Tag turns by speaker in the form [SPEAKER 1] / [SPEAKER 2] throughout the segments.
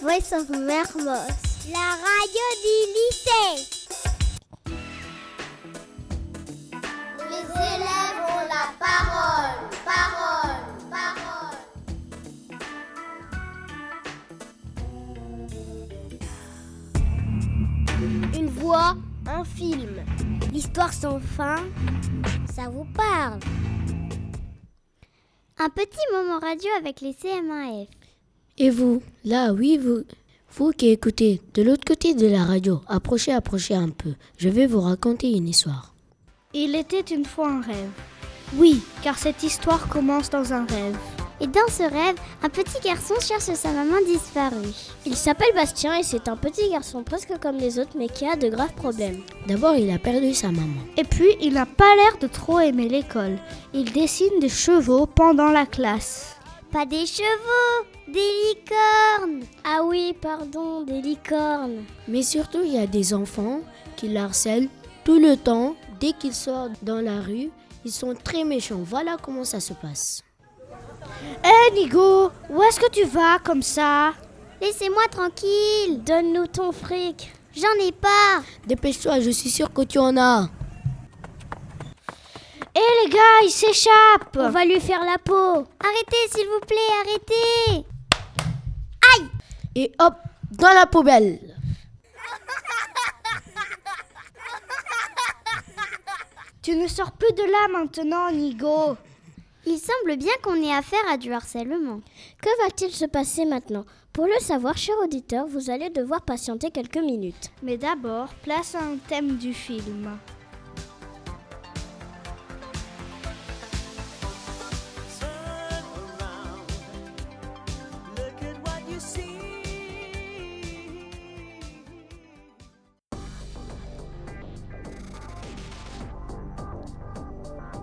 [SPEAKER 1] Voice of Mermos. La radio du lycée.
[SPEAKER 2] Les élèves ont la parole, parole, parole.
[SPEAKER 1] Une voix, un film. L'histoire sans fin, ça vous parle. Un petit moment radio avec les CM1F.
[SPEAKER 3] Et vous, là, oui, vous, vous qui écoutez de l'autre côté de la radio, approchez, approchez un peu. Je vais vous raconter une histoire.
[SPEAKER 4] Il était une fois un rêve. Oui, car cette histoire commence dans un rêve.
[SPEAKER 1] Et dans ce rêve, un petit garçon cherche sa maman disparue.
[SPEAKER 5] Il s'appelle Bastien et c'est un petit garçon presque comme les autres mais qui a de graves problèmes.
[SPEAKER 3] D'abord, il a perdu sa maman.
[SPEAKER 4] Et puis, il n'a pas l'air de trop aimer l'école. Il dessine des chevaux pendant la classe.
[SPEAKER 1] Pas des chevaux, des licornes.
[SPEAKER 5] Ah oui, pardon, des licornes.
[SPEAKER 3] Mais surtout, il y a des enfants qui l'harcèlent tout le temps. Dès qu'ils sortent dans la rue, ils sont très méchants. Voilà comment ça se passe.
[SPEAKER 4] Hé Eh, Nigo, où est-ce que tu vas comme ça
[SPEAKER 1] Laissez-moi tranquille.
[SPEAKER 5] Donne-nous ton fric.
[SPEAKER 1] J'en ai pas.
[SPEAKER 3] Dépêche-toi, je suis sûr que tu en as.
[SPEAKER 4] Hé Eh, les gars, il s'échappe
[SPEAKER 5] On va lui faire la peau.
[SPEAKER 1] Arrêtez, s'il vous plaît, arrêtez.
[SPEAKER 3] Et hop, dans la poubelle.
[SPEAKER 4] Tu ne sors plus de là maintenant, Nigo.
[SPEAKER 1] Il semble bien qu'on ait affaire à du harcèlement.
[SPEAKER 5] Que va-t-il se passer maintenant Pour le savoir, cher auditeur, vous allez devoir patienter quelques minutes.
[SPEAKER 4] Mais d'abord, place un thème du film.
[SPEAKER 6] Turn around. Look at what you see.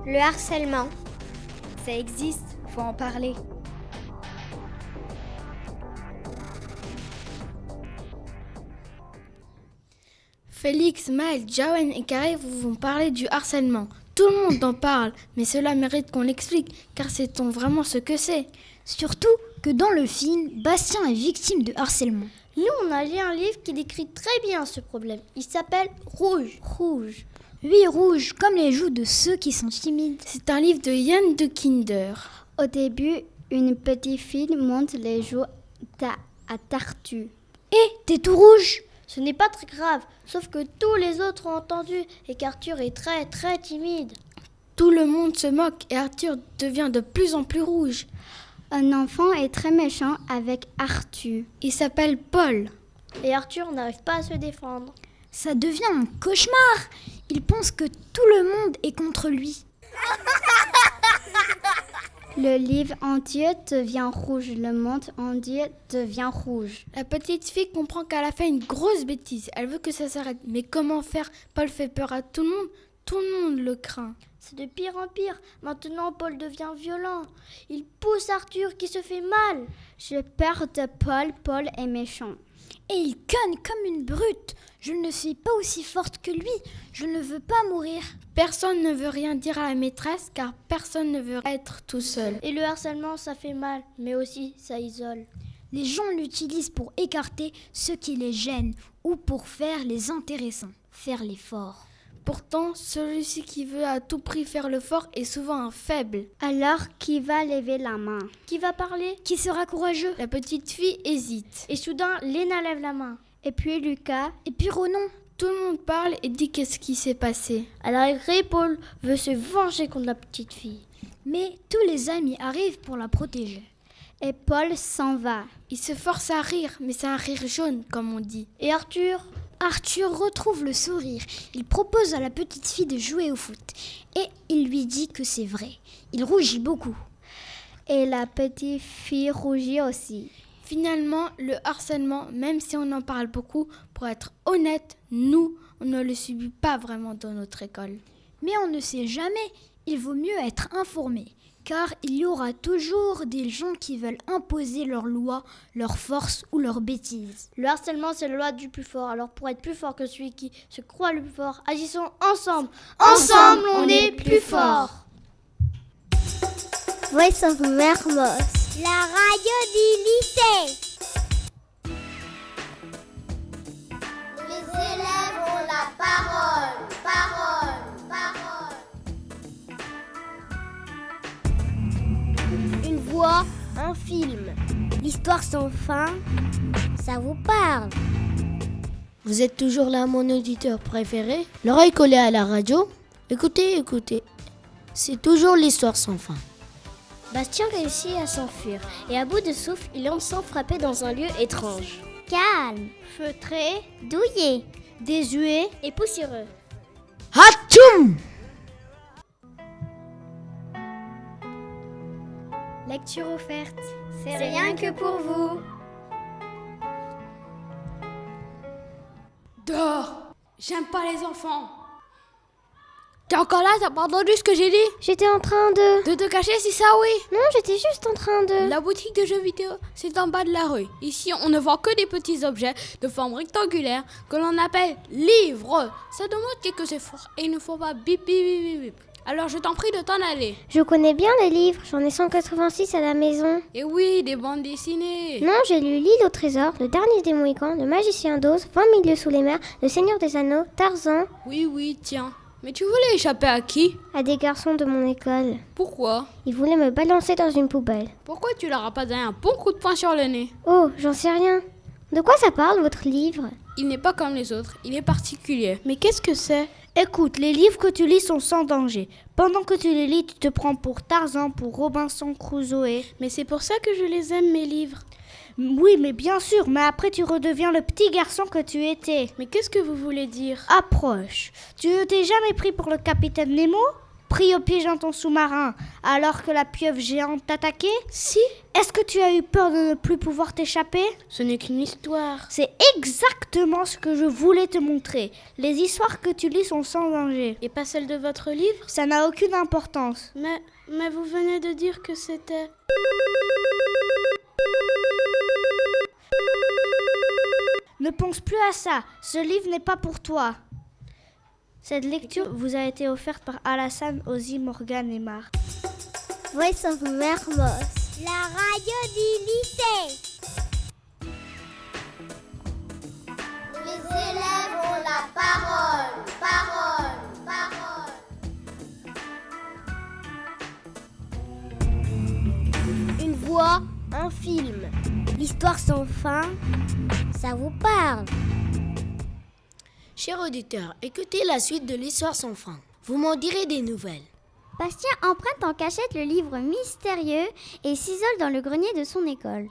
[SPEAKER 1] Le harcèlement.
[SPEAKER 7] Ça existe, faut en parler.
[SPEAKER 8] Félix, Maël, Jawen et Carré vous vont parler du harcèlement. Tout le monde en parle, mais cela mérite qu'on l'explique, car sait-on vraiment ce que c'est
[SPEAKER 7] Surtout que dans le film, Bastien est victime de harcèlement.
[SPEAKER 5] Nous, on a lu un livre qui décrit très bien ce problème. Il s'appelle Rouge. Rouge.
[SPEAKER 7] Lui est rouge comme les joues de ceux qui sont timides.
[SPEAKER 8] C'est un livre de Yann de Kinder.
[SPEAKER 1] Au début, une petite fille monte les joues ta- à Tartu.
[SPEAKER 5] Eh,
[SPEAKER 7] Hé, t'es tout rouge
[SPEAKER 5] Ce n'est pas très grave, sauf que tous les autres ont entendu et qu'Arthur est très très timide.
[SPEAKER 8] Tout le monde se moque et Arthur devient de plus en plus rouge.
[SPEAKER 1] Un enfant est très méchant avec Arthur.
[SPEAKER 8] Il s'appelle Paul.
[SPEAKER 5] Et Arthur n'arrive pas à se défendre.
[SPEAKER 7] Ça devient un cauchemar Il pense que tout le monde est contre lui.
[SPEAKER 1] Le livre entier devient rouge. Le monde entier devient rouge.
[SPEAKER 8] La petite fille comprend qu'elle a fait une grosse bêtise. Elle veut que ça s'arrête. Mais comment faire Paul fait peur à tout le monde. Tout le monde le craint.
[SPEAKER 5] C'est de pire en pire. Maintenant, Paul devient violent. Il pousse Arthur qui se fait mal.
[SPEAKER 1] Je peur de Paul. Paul est méchant.
[SPEAKER 7] Et il conne comme une brute. Je ne suis pas aussi forte que lui. Je ne veux pas mourir.
[SPEAKER 8] Personne ne veut rien dire à la maîtresse car personne ne veut être tout seul.
[SPEAKER 5] Et le harcèlement, ça fait mal, mais aussi ça isole.
[SPEAKER 7] Les gens l'utilisent pour écarter ceux qui les gênent ou pour faire les intéressants, faire les forts.
[SPEAKER 8] Pourtant, celui-ci qui veut à tout prix faire le fort est souvent un faible.
[SPEAKER 1] Alors, qui va lever la main
[SPEAKER 5] Qui va parler
[SPEAKER 7] Qui sera courageux
[SPEAKER 8] La petite fille hésite.
[SPEAKER 5] Et soudain, Léna lève la main.
[SPEAKER 1] Et puis Lucas.
[SPEAKER 7] Et puis Ronan
[SPEAKER 8] Tout le monde parle et dit qu'est-ce qui s'est passé.
[SPEAKER 5] À l'arrivée, Paul veut se venger contre la petite fille.
[SPEAKER 7] Mais tous les amis arrivent pour la protéger.
[SPEAKER 1] Et Paul s'en va.
[SPEAKER 8] Il se force à rire, mais c'est un rire jaune comme on dit.
[SPEAKER 5] Et Arthur
[SPEAKER 7] Arthur retrouve le sourire. Il propose à la petite fille de jouer au foot. Et il lui dit que c'est vrai. Il rougit beaucoup.
[SPEAKER 1] Et la petite fille rougit aussi.
[SPEAKER 8] Finalement, le harcèlement, même si on en parle beaucoup, pour être honnête, nous, on ne le subit pas vraiment dans notre école.
[SPEAKER 7] Mais on ne sait jamais. Il vaut mieux être informé. Car il y aura toujours des gens qui veulent imposer leurs lois, leurs forces ou leurs bêtises.
[SPEAKER 5] Le harcèlement, c'est la loi du plus fort. Alors pour être plus fort que celui qui se croit le plus fort, agissons ensemble. Ensemble, on, est plus fort.
[SPEAKER 1] Voice of Mermos. La radio du lycée.
[SPEAKER 9] voit un film. L'histoire sans fin, ça vous parle.
[SPEAKER 3] Vous êtes toujours là, mon auditeur préféré, l'oreille collée à la radio. Écoutez, écoutez, c'est toujours l'histoire sans fin.
[SPEAKER 9] Bastien réussit à s'enfuir et à bout de souffle, il entend frapper dans un lieu étrange. Calme, feutré, douillé, désuet et poussiéreux.
[SPEAKER 3] Hatchoum
[SPEAKER 10] Lecture offerte.
[SPEAKER 11] C'est rien que pour vous.
[SPEAKER 12] Oh,
[SPEAKER 13] Dors J'aime pas les enfants T'es encore là T'as pas entendu ce que j'ai dit
[SPEAKER 10] J'étais en train de.
[SPEAKER 13] De te cacher, c'est ça, oui
[SPEAKER 10] Non, j'étais juste en train de.
[SPEAKER 13] La boutique de jeux vidéo, c'est en bas de la rue. Ici, on ne vend que des petits objets de forme rectangulaire que l'on appelle livres. Ça demande quelques efforts et il ne faut pas bip bip bip bip bip. Alors je t'en prie de t'en aller.
[SPEAKER 10] Je connais bien les livres, j'en ai 186 à la maison.
[SPEAKER 13] Et oui, des bandes dessinées.
[SPEAKER 10] Non, j'ai lu L'île au trésor, Le dernier des Mohicans, Le magicien d'Oz, 20 milieux sous les mers, Le seigneur des anneaux, Tarzan,
[SPEAKER 13] Oui, oui, tiens. Mais tu voulais échapper à qui
[SPEAKER 10] à des garçons de mon école.
[SPEAKER 13] Pourquoi
[SPEAKER 10] Ils voulaient me balancer dans une poubelle.
[SPEAKER 13] Pourquoi tu leur as pas donné un bon coup de poing sur le nez
[SPEAKER 10] Oh, j'en sais rien. De quoi ça parle votre livre
[SPEAKER 13] Il n'est pas comme les autres, il est particulier.
[SPEAKER 14] Mais qu'est-ce que c'est
[SPEAKER 1] Écoute, les livres que tu lis sont sans danger. Pendant que tu les lis, tu te prends pour Tarzan, pour Robinson Crusoe.
[SPEAKER 14] Mais c'est pour ça que je les aime, mes livres.
[SPEAKER 1] Oui, mais bien sûr, mais après tu redeviens le petit garçon que tu étais.
[SPEAKER 14] Mais qu'est-ce que vous voulez dire
[SPEAKER 1] Approche. Tu ne t'es jamais pris pour le capitaine Nemo Pris au piège dans ton sous-marin, alors que la pieuvre géante t'attaquait
[SPEAKER 14] Si,
[SPEAKER 1] Est-ce que tu as eu peur de ne plus pouvoir t'échapper
[SPEAKER 14] ce n'est qu'une histoire.
[SPEAKER 1] C'est exactement ce que je voulais te montrer. Les histoires que tu lis sont sans danger.
[SPEAKER 14] Et pas celle de votre livre
[SPEAKER 1] Ça n'a aucune importance.
[SPEAKER 14] Mais, mais vous venez de dire que c'était...
[SPEAKER 1] Ne pense plus à ça. Ce livre n'est pas pour toi. Cette lecture vous a été offerte par Alassane, Ozzy, Morgan et Mar.
[SPEAKER 9] Voice of Mermos.
[SPEAKER 11] La radiodivité. Les élèves ont la parole, parole, parole.
[SPEAKER 9] Une voix, un film. L'histoire sans fin, ça vous parle.
[SPEAKER 3] Chers auditeurs, écoutez la suite de l'histoire sans fin. Vous m'en direz des nouvelles.
[SPEAKER 11] Bastien emprunte en cachette le livre mystérieux et s'isole dans le grenier de son école.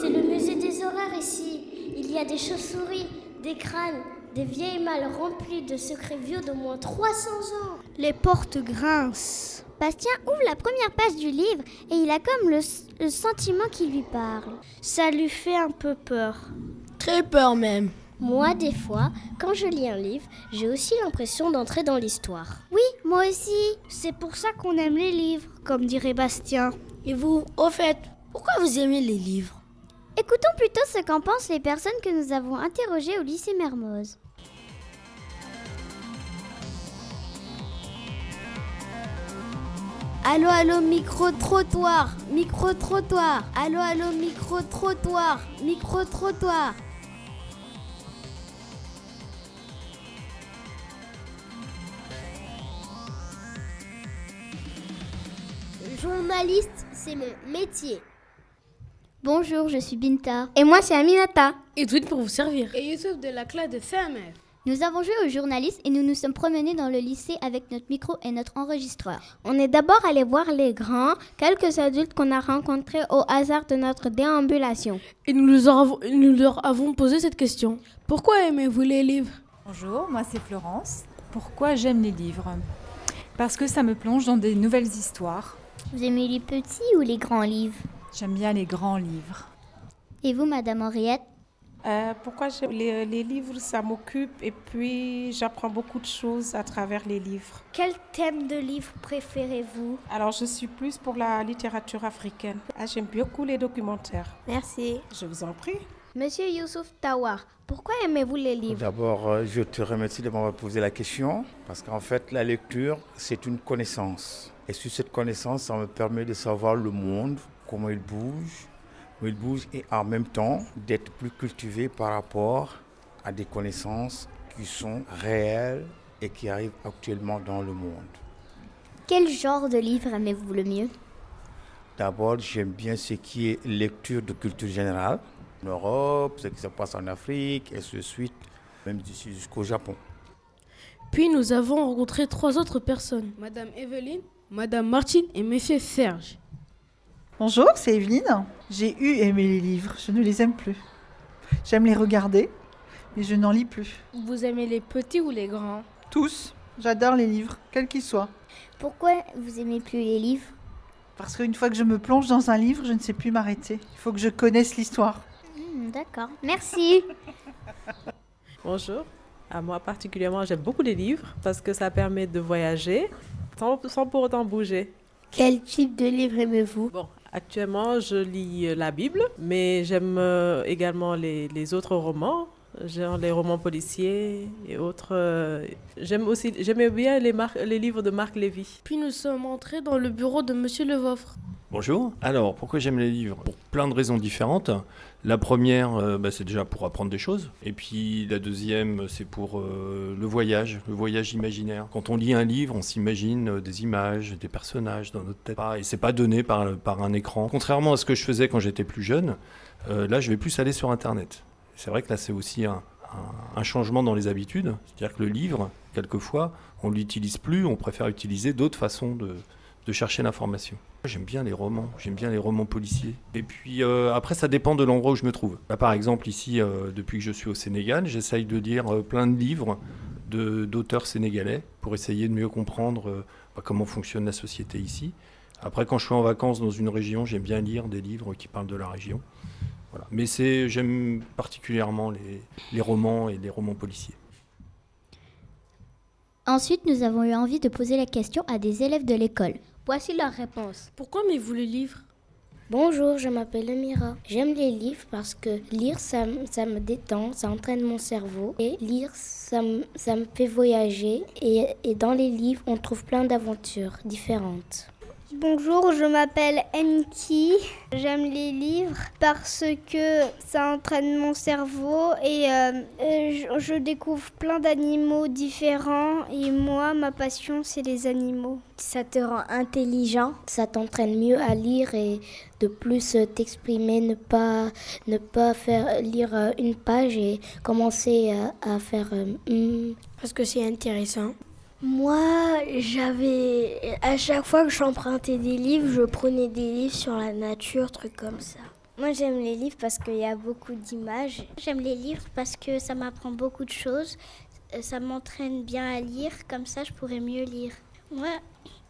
[SPEAKER 10] C'est le musée des horreurs ici. Il y a des chauves-souris, des crânes, des vieilles malles remplies de secrets vieux d'au moins 300 ans.
[SPEAKER 1] Les portes grincent.
[SPEAKER 11] Bastien ouvre la première page du livre et il a comme le, le sentiment qui lui parle.
[SPEAKER 1] Ça lui fait un peu peur.
[SPEAKER 3] Très peur même.
[SPEAKER 9] Moi, des fois, quand je lis un livre, j'ai aussi l'impression d'entrer dans l'histoire.
[SPEAKER 11] Oui, moi aussi.
[SPEAKER 1] C'est pour ça qu'on aime les livres, comme dirait Bastien.
[SPEAKER 3] Et vous, au fait, pourquoi vous aimez les livres
[SPEAKER 11] Écoutons plutôt ce qu'en pensent les personnes que nous avons interrogées au lycée Mermoz.
[SPEAKER 9] Allô, allô, micro-trottoir, micro-trottoir. Allô, allô, micro-trottoir, micro-trottoir.
[SPEAKER 11] Journaliste, c'est mon métier.
[SPEAKER 10] Bonjour, je suis Binta.
[SPEAKER 11] Et moi, c'est Aminata.
[SPEAKER 13] Et tout pour vous servir. Et Youtube de la classe de ferme.
[SPEAKER 10] Nous avons joué au journaliste et nous nous sommes promenés dans le lycée avec notre micro et notre enregistreur.
[SPEAKER 11] On est d'abord allé voir les grands, quelques adultes qu'on a rencontrés au hasard de notre déambulation.
[SPEAKER 13] Et nous, leur avons, nous leur avons posé cette question. Pourquoi aimez-vous les livres
[SPEAKER 12] Bonjour, moi c'est Florence. Pourquoi j'aime les livres Parce que ça me plonge dans des nouvelles histoires.
[SPEAKER 10] Vous aimez les petits ou les grands livres
[SPEAKER 12] J'aime bien les grands livres.
[SPEAKER 10] Et vous, Madame Henriette
[SPEAKER 15] Euh, pourquoi je- les, les livres, ça m'occupe et puis j'apprends beaucoup de choses à travers les livres.
[SPEAKER 14] Quel thème de livre préférez-vous
[SPEAKER 15] Alors, je suis plus pour la littérature africaine. Ah, J'aime beaucoup les documentaires.
[SPEAKER 11] Merci.
[SPEAKER 15] Je vous en prie.
[SPEAKER 11] Monsieur Youssouf Tawar, pourquoi aimez-vous les livres
[SPEAKER 16] D'abord, euh, je te remercie de m'avoir posé la question, parce qu'en fait, la lecture, c'est une connaissance. Et sur cette connaissance, ça me permet de savoir le monde, comment il bouge, où il bouge, et en même temps, d'être plus cultivé par rapport à des connaissances qui sont réelles et qui arrivent actuellement dans le monde.
[SPEAKER 17] Quel genre de livre aimez-vous le mieux
[SPEAKER 16] D'abord, j'aime bien ce qui est lecture de culture générale, l'Europe, ce qui se passe en Afrique, et ce suite, même d'ici jusqu'au Japon.
[SPEAKER 13] Puis nous avons rencontré trois autres personnes, Madame Evelyne, Madame Martine et Monsieur Serge.
[SPEAKER 18] Bonjour, c'est Evelyne. J'ai eu aimé les livres, je ne les aime plus. J'aime les regarder, mais je n'en lis plus.
[SPEAKER 13] Vous aimez les petits ou les grands
[SPEAKER 18] Tous, j'adore les livres, quels qu'ils soient.
[SPEAKER 17] Pourquoi vous aimez plus les livres
[SPEAKER 18] Parce qu'une fois que je me plonge dans un livre, je ne sais plus m'arrêter. Il faut que je connaisse l'histoire.
[SPEAKER 17] Hmm, D'accord, merci.
[SPEAKER 15] Bonjour. À moi particulièrement, j'aime beaucoup les livres parce que ça permet de voyager sans, sans pour autant bouger.
[SPEAKER 1] Quel type de livre aimez-vous
[SPEAKER 15] Bon, actuellement, je lis euh, la Bible, mais j'aime euh, également les, les autres romans, genre les romans policiers et autres. euh, J'aime aussi, j'aimais bien les, mar- les livres de Marc Lévy.
[SPEAKER 13] Puis nous sommes entrés dans le bureau de Monsieur Levoffre.
[SPEAKER 19] Bonjour. Alors, pourquoi j'aime les livres Pour plein de raisons différentes. La première, euh, bah, c'est déjà pour apprendre des choses. Et puis la deuxième, c'est pour euh, le voyage, le voyage imaginaire. Quand on lit un livre, on s'imagine euh, des images, des personnages dans notre tête. Ah, Et c'est pas donné par, par un écran. Contrairement à ce que je faisais quand j'étais plus jeune, euh, là, je vais plus aller sur Internet. C'est vrai que là, c'est aussi un, un- un changement dans les habitudes. C'est-à-dire que le livre, quelquefois, on l'utilise plus, on préfère utiliser d'autres façons de, de chercher l'information. J'aime bien les romans, j'aime bien les romans policiers. Et puis euh, après, ça dépend de l'endroit où je me trouve. Là, par exemple, ici, euh, depuis que je suis au Sénégal, j'essaye de lire euh, plein de livres de- d'auteurs sénégalais pour essayer de mieux comprendre euh, bah, comment fonctionne la société ici. Après, quand je suis en vacances dans une région, j'aime bien lire des livres qui parlent de la région. Voilà. Mais c'est, j'aime particulièrement les, les romans et les romans policiers.
[SPEAKER 17] Ensuite, nous avons eu envie de poser la question à des élèves de l'école.
[SPEAKER 20] Voici leur réponse. Pourquoi aimez-vous les livres
[SPEAKER 1] Bonjour, je m'appelle Amira. J'aime les livres parce que lire, ça, me- ça me détend, ça entraîne mon cerveau. Et lire, ça, me- ça me fait voyager. Et, et dans les livres, on trouve plein d'aventures différentes.
[SPEAKER 21] Bonjour, je m'appelle Enki. J'aime les livres parce que ça entraîne mon cerveau et euh, euh, je, je découvre plein d'animaux différents et moi, ma passion, c'est les animaux.
[SPEAKER 1] Ça te rend intelligent, ça t'entraîne mieux à lire et de plus euh, t'exprimer, ne pas, ne pas faire lire euh, une page et commencer euh, à faire... euh, Hmm
[SPEAKER 17] Parce que c'est intéressant. Moi, j'avais. À chaque fois que j'empruntais des livres, je prenais des livres sur la nature, trucs comme ça.
[SPEAKER 22] Moi j'aime les livres parce qu'il y a beaucoup d'images. J'aime les livres parce que ça m'apprend beaucoup de choses. Euh, Ça m'entraîne bien à lire, comme ça je pourrais mieux lire. Moi,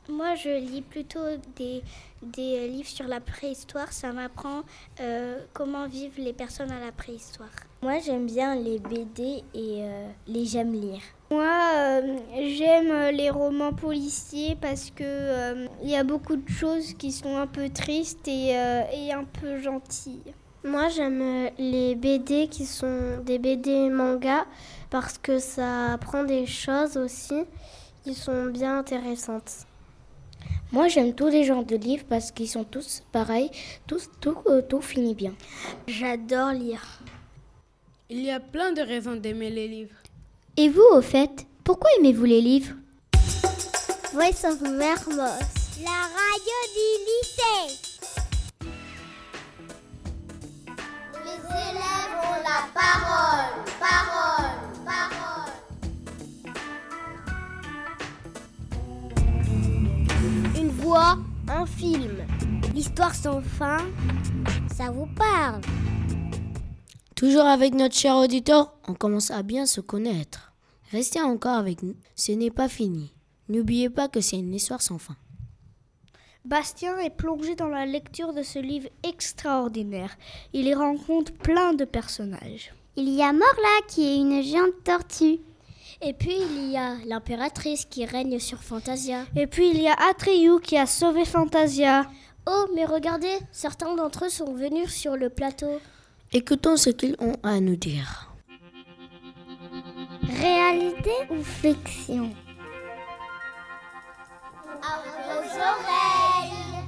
[SPEAKER 22] moi je lis plutôt des, des livres sur la préhistoire. Ça m'apprend euh, comment vivent les personnes à la préhistoire.
[SPEAKER 17] Moi, j'aime bien les BD et euh, les j'aime lire.
[SPEAKER 21] Moi, euh, j'aime les romans policiers parce que euh, il y a beaucoup de choses qui sont un peu tristes et, euh, et un peu gentilles.
[SPEAKER 22] Moi, j'aime euh, les BD qui sont des BD manga parce que ça apprend des choses aussi qui sont bien intéressantes.
[SPEAKER 1] Moi, j'aime tous les genres de livres parce qu'ils sont tous pareils, tous, tout, euh, tout finit bien.
[SPEAKER 17] J'adore lire.
[SPEAKER 13] Il y a plein de raisons d'aimer les livres.
[SPEAKER 17] Et vous, au fait, pourquoi aimez-vous les livres Voice of Mermos.
[SPEAKER 22] La radio du lycée. Les élèves ont la parole, parole, parole.
[SPEAKER 23] Une voix, un film. L'histoire sans fin, ça vous parle.
[SPEAKER 3] Toujours avec notre cher auditeur, on commence à bien se connaître. Restez encore avec nous, ce n'est pas fini. N'oubliez pas que c'est une histoire sans fin.
[SPEAKER 24] Bastien est plongé dans la lecture de ce livre extraordinaire. Il y rencontre plein de personnages.
[SPEAKER 23] Il y a Morla qui est une géante tortue. Et puis il y a l'impératrice qui règne sur Fantasia.
[SPEAKER 24] Et puis il y a Atreyu qui a sauvé Fantasia.
[SPEAKER 23] Oh, mais regardez, certains d'entre eux sont venus sur le plateau.
[SPEAKER 3] Écoutons ce qu'ils ont à nous dire.
[SPEAKER 23] Réalité ou fiction
[SPEAKER 22] À vos oreilles.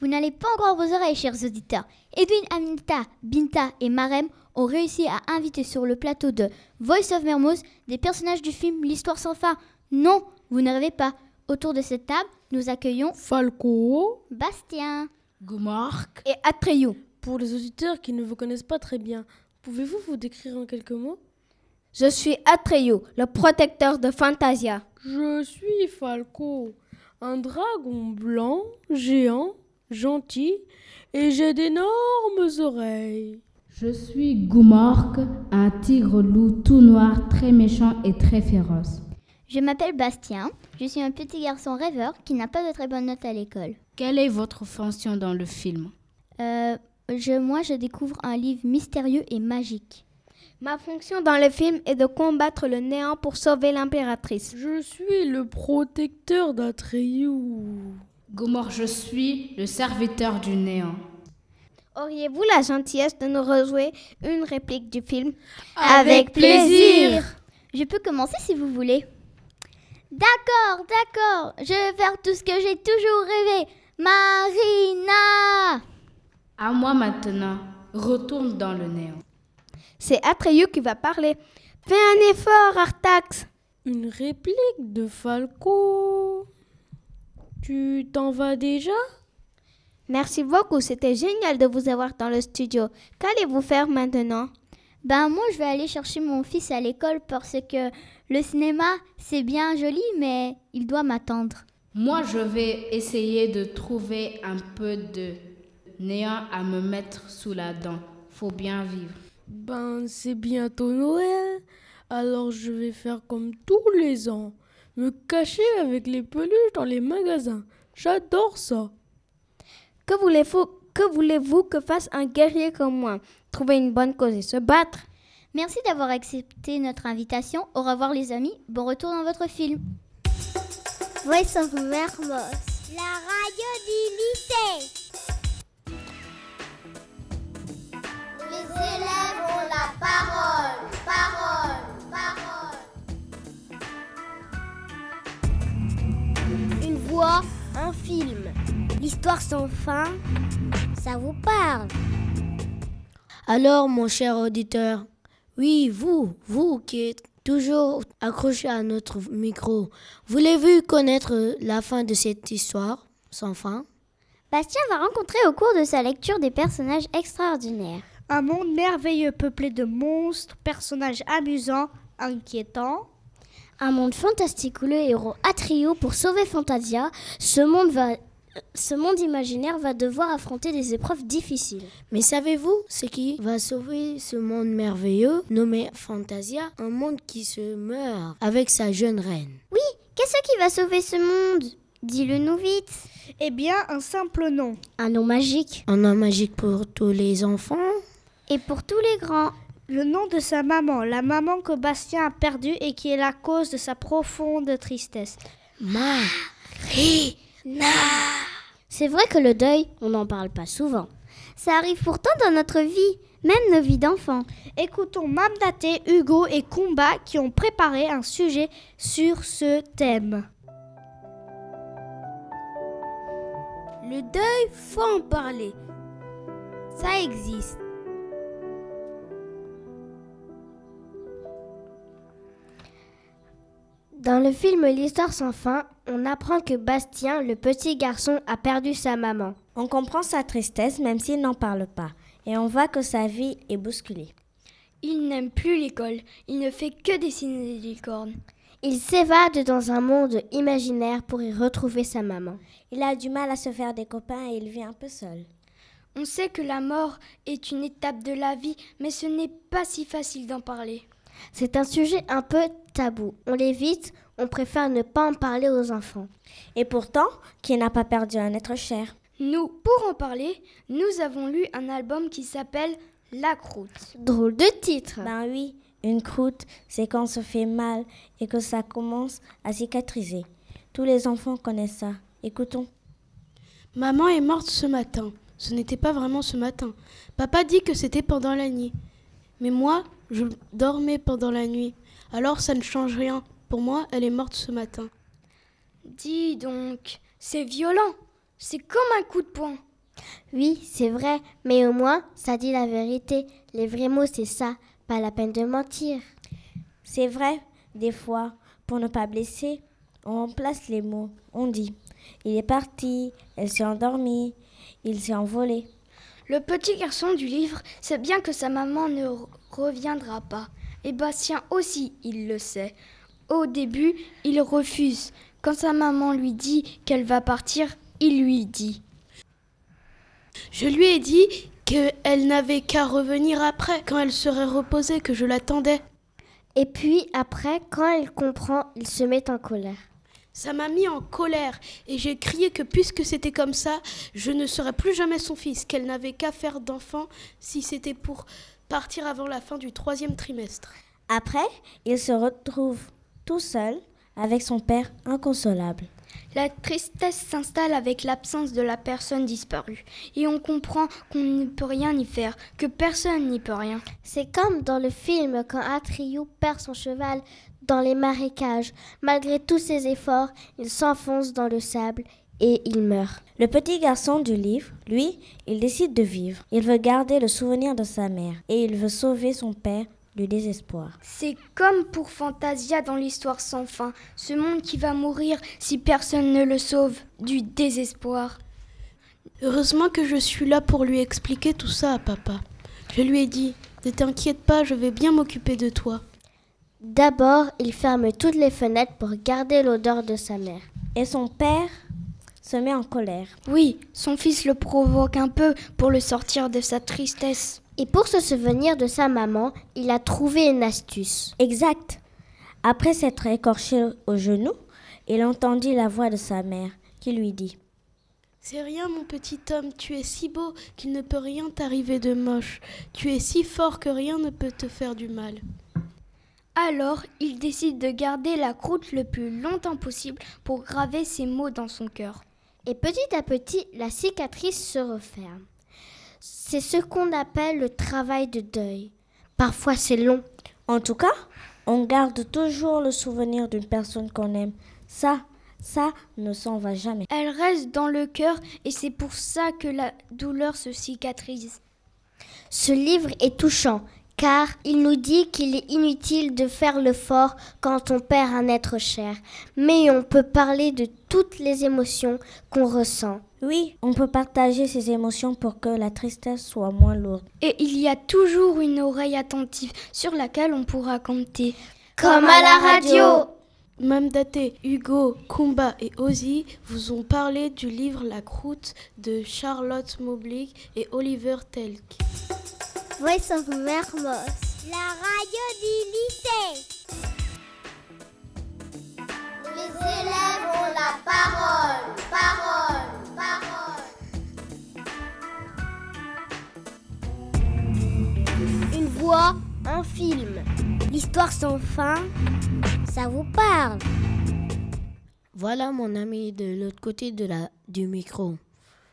[SPEAKER 1] Vous n'allez pas encore vos oreilles, chers auditeurs. Edwin Aminta, Binta et Marem ont réussi à inviter sur le plateau de Voice of Mermoz des personnages du film L'Histoire sans fin. Non, vous ne rêvez pas. Autour de cette table, nous accueillons Falco, Bastien, Gomark et Atreyu.
[SPEAKER 13] Pour les auditeurs qui ne vous connaissent pas très bien, pouvez-vous vous décrire en quelques mots
[SPEAKER 25] Je suis Atreyu, le protecteur de Fantasia.
[SPEAKER 13] Je suis Falco, un dragon blanc, géant, gentil, et j'ai d'énormes oreilles.
[SPEAKER 12] Je suis Goumark, un tigre loup tout noir, très méchant et très féroce.
[SPEAKER 1] Je m'appelle Bastien. Je suis un petit garçon rêveur qui n'a pas de très bonnes notes à l'école.
[SPEAKER 12] Quelle est votre fonction dans le film
[SPEAKER 1] Euh, je, moi, je découvre un livre mystérieux et magique.
[SPEAKER 25] Ma fonction dans le film est de combattre le néant pour sauver l'impératrice.
[SPEAKER 13] Je suis le protecteur d'Atreyu.
[SPEAKER 12] Gomor, je suis le serviteur du néant.
[SPEAKER 25] Auriez-vous la gentillesse de nous rejouer une réplique du film
[SPEAKER 1] Avec plaisir Je peux commencer si vous voulez. D'accord, d'accord, je vais faire tout ce que j'ai toujours rêvé. Marina
[SPEAKER 12] À moi maintenant, retourne dans le néant.
[SPEAKER 25] C'est Atreyu qui va parler. Fais un effort, Artax
[SPEAKER 13] Une réplique de Falco. Tu t'en vas déjà
[SPEAKER 25] Merci beaucoup, c'était génial de vous avoir dans le studio. Qu'allez-vous faire maintenant
[SPEAKER 1] Ben moi je vais aller chercher mon fils à l'école parce que le cinéma c'est bien joli mais il doit m'attendre.
[SPEAKER 12] Moi, je vais essayer de trouver un peu de néant à me mettre sous la dent. Faut bien vivre.
[SPEAKER 13] Ben, c'est bientôt Noël, alors je vais faire comme tous les ans, me cacher avec les peluches dans les magasins. J'adore ça.
[SPEAKER 25] Que voulez-vous que, voulez-vous que fasse un guerrier comme moi Trouver une bonne cause et se battre
[SPEAKER 1] Merci d'avoir accepté notre invitation. Au revoir les amis, bon retour dans votre film.
[SPEAKER 26] Voice of Mermoz. La radio du lycée.
[SPEAKER 27] Les élèves ont la parole, parole, parole.
[SPEAKER 26] Une voix, un film. L'histoire sans fin, ça vous parle.
[SPEAKER 3] Alors, mon cher auditeur, oui, vous, vous qui êtes toujours accroché à notre micro, voulez-vous connaître la fin de cette histoire sans fin
[SPEAKER 1] Bastien va rencontrer au cours de sa lecture des personnages extraordinaires.
[SPEAKER 28] Un monde merveilleux peuplé de monstres, personnages amusants, inquiétants.
[SPEAKER 29] Un monde fantastique où le héros Atrio pour sauver Fantasia, ce monde va ce monde imaginaire va devoir affronter des épreuves difficiles.
[SPEAKER 3] Mais savez-vous ce qui va sauver ce monde merveilleux nommé Fantasia, un monde qui se meurt avec sa jeune reine
[SPEAKER 1] Oui, qu'est-ce qui va sauver ce monde Dis-le nous vite.
[SPEAKER 28] Eh bien, un simple nom.
[SPEAKER 29] Un nom magique.
[SPEAKER 3] Un nom magique pour tous les enfants
[SPEAKER 1] Et pour tous les grands.
[SPEAKER 28] Le nom de sa maman, la maman que Bastien a perdue et qui est la cause de sa profonde tristesse.
[SPEAKER 29] Marina C'est vrai que le deuil, on n'en parle pas souvent.
[SPEAKER 1] Ça arrive pourtant dans notre vie, même nos vies d'enfants.
[SPEAKER 28] Écoutons Mamdaté, Hugo et Kumba qui ont préparé un sujet sur ce thème.
[SPEAKER 30] Le deuil, faut en parler. Ça existe.
[SPEAKER 31] Dans le film L'Histoire sans fin, on apprend que Bastien, le petit garçon, a perdu sa maman.
[SPEAKER 32] On comprend sa tristesse même s'il n'en parle pas. Et on voit que sa vie est bousculée.
[SPEAKER 30] Il n'aime plus l'école. Il ne fait que dessiner des licornes.
[SPEAKER 31] Il s'évade dans un monde imaginaire pour y retrouver sa maman.
[SPEAKER 32] Il a du mal à se faire des copains et il vit un peu seul.
[SPEAKER 30] On sait que la mort est une étape de la vie, mais ce n'est pas si facile d'en parler.
[SPEAKER 31] C'est un sujet un peu tabou. On l'évite, on préfère ne pas en parler aux enfants.
[SPEAKER 32] Et pourtant, qui n'a pas perdu un être cher
[SPEAKER 30] Nous, pour en parler, nous avons lu un album qui s'appelle La croûte.
[SPEAKER 31] Drôle de titre.
[SPEAKER 32] Ben oui, une croûte, c'est quand on se fait mal et que ça commence à cicatriser. Tous les enfants connaissent ça. Écoutons.
[SPEAKER 12] Maman est morte ce matin. Ce n'était pas vraiment ce matin. Papa dit que c'était pendant la nuit. Mais moi, je dormais pendant la nuit. Alors ça ne change rien. Pour moi, elle est morte ce matin.
[SPEAKER 30] Dis donc, c'est violent. C'est comme un coup de poing.
[SPEAKER 1] Oui, c'est vrai, mais au moins, ça dit la vérité. Les vrais mots, c'est ça. Pas la peine de mentir.
[SPEAKER 3] C'est vrai, des fois, pour ne pas blesser, on remplace les mots. On dit Il est parti, elle s'est endormie, il s'est envolé.
[SPEAKER 33] Le petit garçon du livre sait bien que sa maman ne re- reviendra pas. Et Bastien aussi, il le sait. Au début, il refuse. Quand sa maman lui dit qu'elle va partir, il lui dit.
[SPEAKER 13] Je lui ai dit qu'elle n'avait qu'à revenir après, quand elle serait reposée, que je l'attendais.
[SPEAKER 1] Et puis après, quand elle comprend, il se met en colère.
[SPEAKER 13] Ça m'a mis en colère et j'ai crié que puisque c'était comme ça, je ne serais plus jamais son fils, qu'elle n'avait qu'à faire d'enfant si c'était pour partir avant la fin du troisième trimestre.
[SPEAKER 3] Après, il se retrouve tout seul avec son père inconsolable.
[SPEAKER 33] La tristesse s'installe avec l'absence de la personne disparue. Et on comprend qu'on ne peut rien y faire, que personne n'y peut rien.
[SPEAKER 1] C'est comme dans le film quand Atriou perd son cheval dans les marécages. Malgré tous ses efforts, il s'enfonce dans le sable et il meurt.
[SPEAKER 3] Le petit garçon du livre, lui, il décide de vivre. Il veut garder le souvenir de sa mère et il veut sauver son père du désespoir.
[SPEAKER 33] C'est comme pour Fantasia dans l'histoire sans fin, ce monde qui va mourir si personne ne le sauve du désespoir.
[SPEAKER 13] Heureusement que je suis là pour lui expliquer tout ça à papa. Je lui ai dit, ne t'inquiète pas, je vais bien m'occuper de toi.
[SPEAKER 1] D'abord, il ferme toutes les fenêtres pour garder l'odeur de sa mère.
[SPEAKER 3] Et son père se met en colère.
[SPEAKER 33] Oui, son fils le provoque un peu pour le sortir de sa tristesse.
[SPEAKER 1] Et pour se souvenir de sa maman, il a trouvé une astuce.
[SPEAKER 3] Exact. Après s'être écorché au genou, il entendit la voix de sa mère qui lui dit
[SPEAKER 13] C'est rien, mon petit homme, tu es si beau qu'il ne peut rien t'arriver de moche. Tu es si fort que rien ne peut te faire du mal.
[SPEAKER 33] Alors, il décide de garder la croûte le plus longtemps possible pour graver ces mots dans son cœur.
[SPEAKER 1] Et petit à petit, la cicatrice se referme. C'est ce qu'on appelle le travail de deuil. Parfois c'est long.
[SPEAKER 3] En tout cas, on garde toujours le souvenir d'une personne qu'on aime. Ça, ça ne s'en va jamais.
[SPEAKER 33] Elle reste dans le cœur et c'est pour ça que la douleur se cicatrise.
[SPEAKER 1] Ce livre est touchant car il nous dit qu'il est inutile de faire le fort quand on perd un être cher, mais on peut parler de toutes les émotions qu'on ressent.
[SPEAKER 3] Oui, on peut partager ses émotions pour que la tristesse soit moins lourde.
[SPEAKER 33] Et il y a toujours une oreille attentive sur laquelle on pourra compter.
[SPEAKER 34] Comme à la radio
[SPEAKER 13] Mme Daté, Hugo, Kumba et Ozzy vous ont parlé du livre La croûte de Charlotte Moblick et Oliver Telk.
[SPEAKER 34] Voice of Mermos. La radio du lycée. Les élèves ont la parole, parole, parole.
[SPEAKER 35] Une voix, un film. L'histoire sans fin, ça vous parle.
[SPEAKER 36] Voilà mon ami de l'autre côté de la, du micro.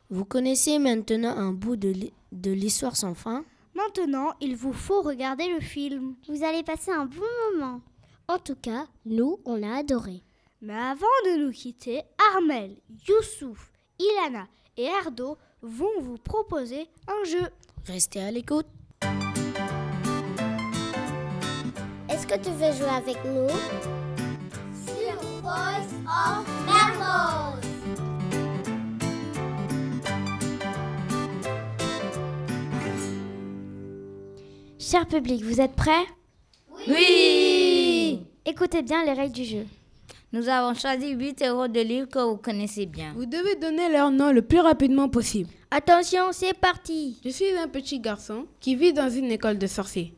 [SPEAKER 36] Vous connaissez maintenant un bout de l'hi- de l'histoire sans fin
[SPEAKER 35] Maintenant, il vous faut regarder le film. Vous allez passer un bon moment.
[SPEAKER 1] En tout cas, nous, on a adoré.
[SPEAKER 35] Mais avant de nous quitter, Armel, Youssouf, Ilana et Ardo vont vous proposer un jeu.
[SPEAKER 36] Restez à l'écoute.
[SPEAKER 34] Est-ce que tu veux jouer avec nous Sur Voice of Mermos.
[SPEAKER 1] Cher public, vous êtes prêts
[SPEAKER 37] Oui
[SPEAKER 1] Écoutez bien les règles du jeu.
[SPEAKER 37] Nous avons choisi 8 euros de livres que vous connaissez bien.
[SPEAKER 38] Vous devez donner leur nom le plus rapidement possible.
[SPEAKER 37] Attention, c'est parti
[SPEAKER 38] Je suis un petit garçon qui vit dans une école de sorciers.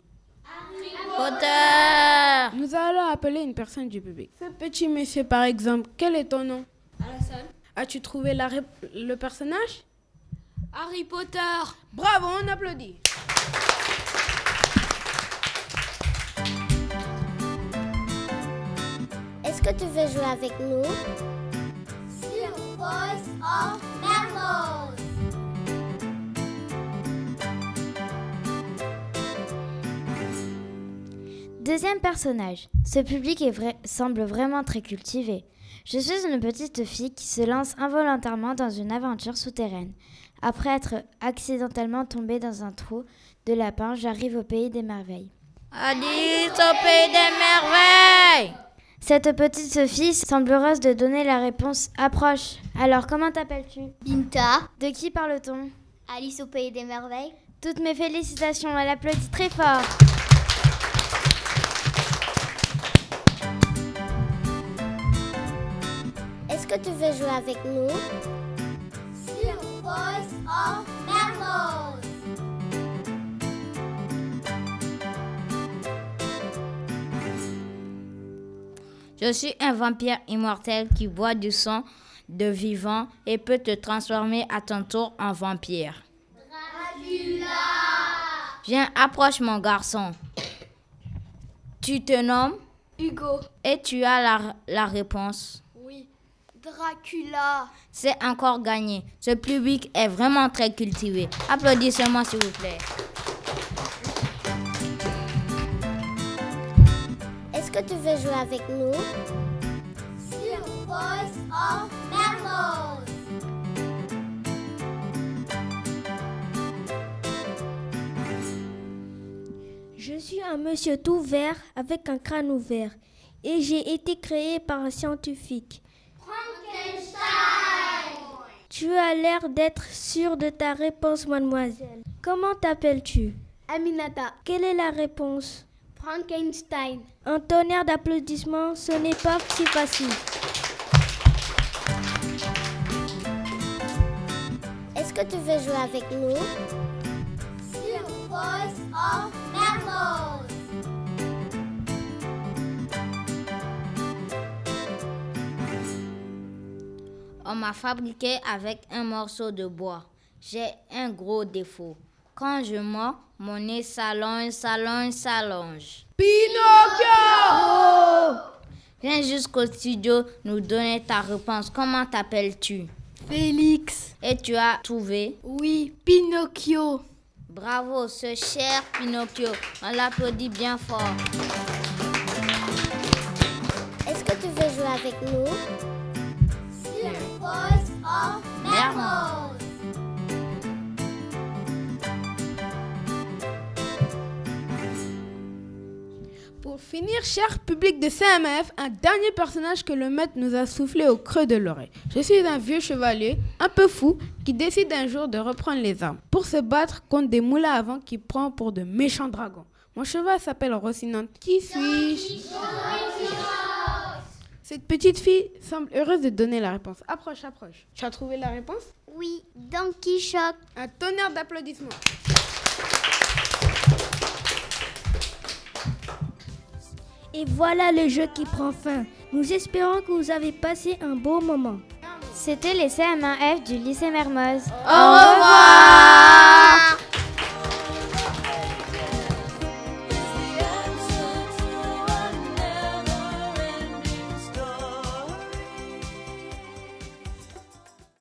[SPEAKER 37] Potter
[SPEAKER 38] Nous allons appeler une personne du public. Ce petit monsieur, par exemple, quel est ton nom
[SPEAKER 39] Alassane.
[SPEAKER 38] As-tu trouvé la rép- le personnage
[SPEAKER 39] Harry Potter.
[SPEAKER 38] Bravo, on applaudit.
[SPEAKER 34] Est-ce que tu veux jouer avec nous Sur Voice of Mermos.
[SPEAKER 1] Deuxième personnage. Ce public est vrai- semble vraiment très cultivé. Je suis une petite fille qui se lance involontairement dans une aventure souterraine. Après être accidentellement tombée dans un trou de lapin, j'arrive au pays des merveilles.
[SPEAKER 3] Alice au pays des merveilles
[SPEAKER 1] Cette petite fille semble heureuse de donner la réponse approche. Alors, comment t'appelles-tu
[SPEAKER 40] Binta.
[SPEAKER 1] De qui parle-t-on
[SPEAKER 40] Alice au pays des merveilles.
[SPEAKER 1] Toutes mes félicitations, elle applaudit très fort.
[SPEAKER 40] Est-ce que tu veux jouer avec nous
[SPEAKER 41] Sur Voice of Mermoz.
[SPEAKER 3] Je suis un vampire immortel qui boit du sang de vivant et peut te transformer à ton tour en vampire.
[SPEAKER 41] Dracula.
[SPEAKER 3] Viens, approche mon garçon. Tu te nommes
[SPEAKER 42] Hugo.
[SPEAKER 3] Et tu as la, la réponse.
[SPEAKER 42] Oui. Dracula.
[SPEAKER 3] C'est encore gagné. Ce public est vraiment très cultivé. Applaudissez-moi s'il vous plaît.
[SPEAKER 40] Est-ce que tu veux jouer avec nous
[SPEAKER 41] Sur Voice of Mermoz.
[SPEAKER 43] Je suis un monsieur tout vert avec un crâne ouvert et j'ai été créé par un scientifique.
[SPEAKER 41] Frankenstein.
[SPEAKER 43] Tu as l'air d'être sûr de ta réponse, mademoiselle. Comment t'appelles-tu
[SPEAKER 42] Aminata.
[SPEAKER 43] Quelle est la réponse
[SPEAKER 42] Frankenstein.
[SPEAKER 43] Un tonnerre d'applaudissements, ce n'est pas si facile.
[SPEAKER 40] Est-ce que tu veux jouer avec nous
[SPEAKER 41] Sur Voice of Mermoz.
[SPEAKER 3] On m'a fabriqué avec un morceau de bois. J'ai un gros défaut. Quand je mords, mon nez s'allonge, s'allonge, s'allonge.
[SPEAKER 42] Pinocchio
[SPEAKER 3] Viens jusqu'au studio nous donner ta réponse. Comment t'appelles-tu
[SPEAKER 42] Félix.
[SPEAKER 3] Et tu as trouvé
[SPEAKER 42] Oui, Pinocchio.
[SPEAKER 3] Bravo, ce cher Pinocchio. On l'applaudit bien fort.
[SPEAKER 40] Est-ce que tu veux jouer avec nous
[SPEAKER 41] Sur Voice of Mermoz.
[SPEAKER 13] Pour finir, cher public de CMF, un dernier personnage que le maître nous a soufflé au creux de l'oreille. Je suis un vieux chevalier, un peu fou, qui décide un jour de reprendre les armes pour se battre contre des moules à vent qui prend pour de méchants dragons. Mon cheval s'appelle Rocinante. Qui suis-je Cette petite fille semble heureuse de donner la réponse. Approche, approche. Tu as trouvé la réponse
[SPEAKER 42] Oui, Don Quichotte.
[SPEAKER 13] Un tonnerre d'applaudissements.
[SPEAKER 43] Et voilà le jeu qui prend fin. Nous espérons que vous avez passé un beau moment.
[SPEAKER 1] C'était les CM1F du lycée Mermoz.
[SPEAKER 41] Au revoir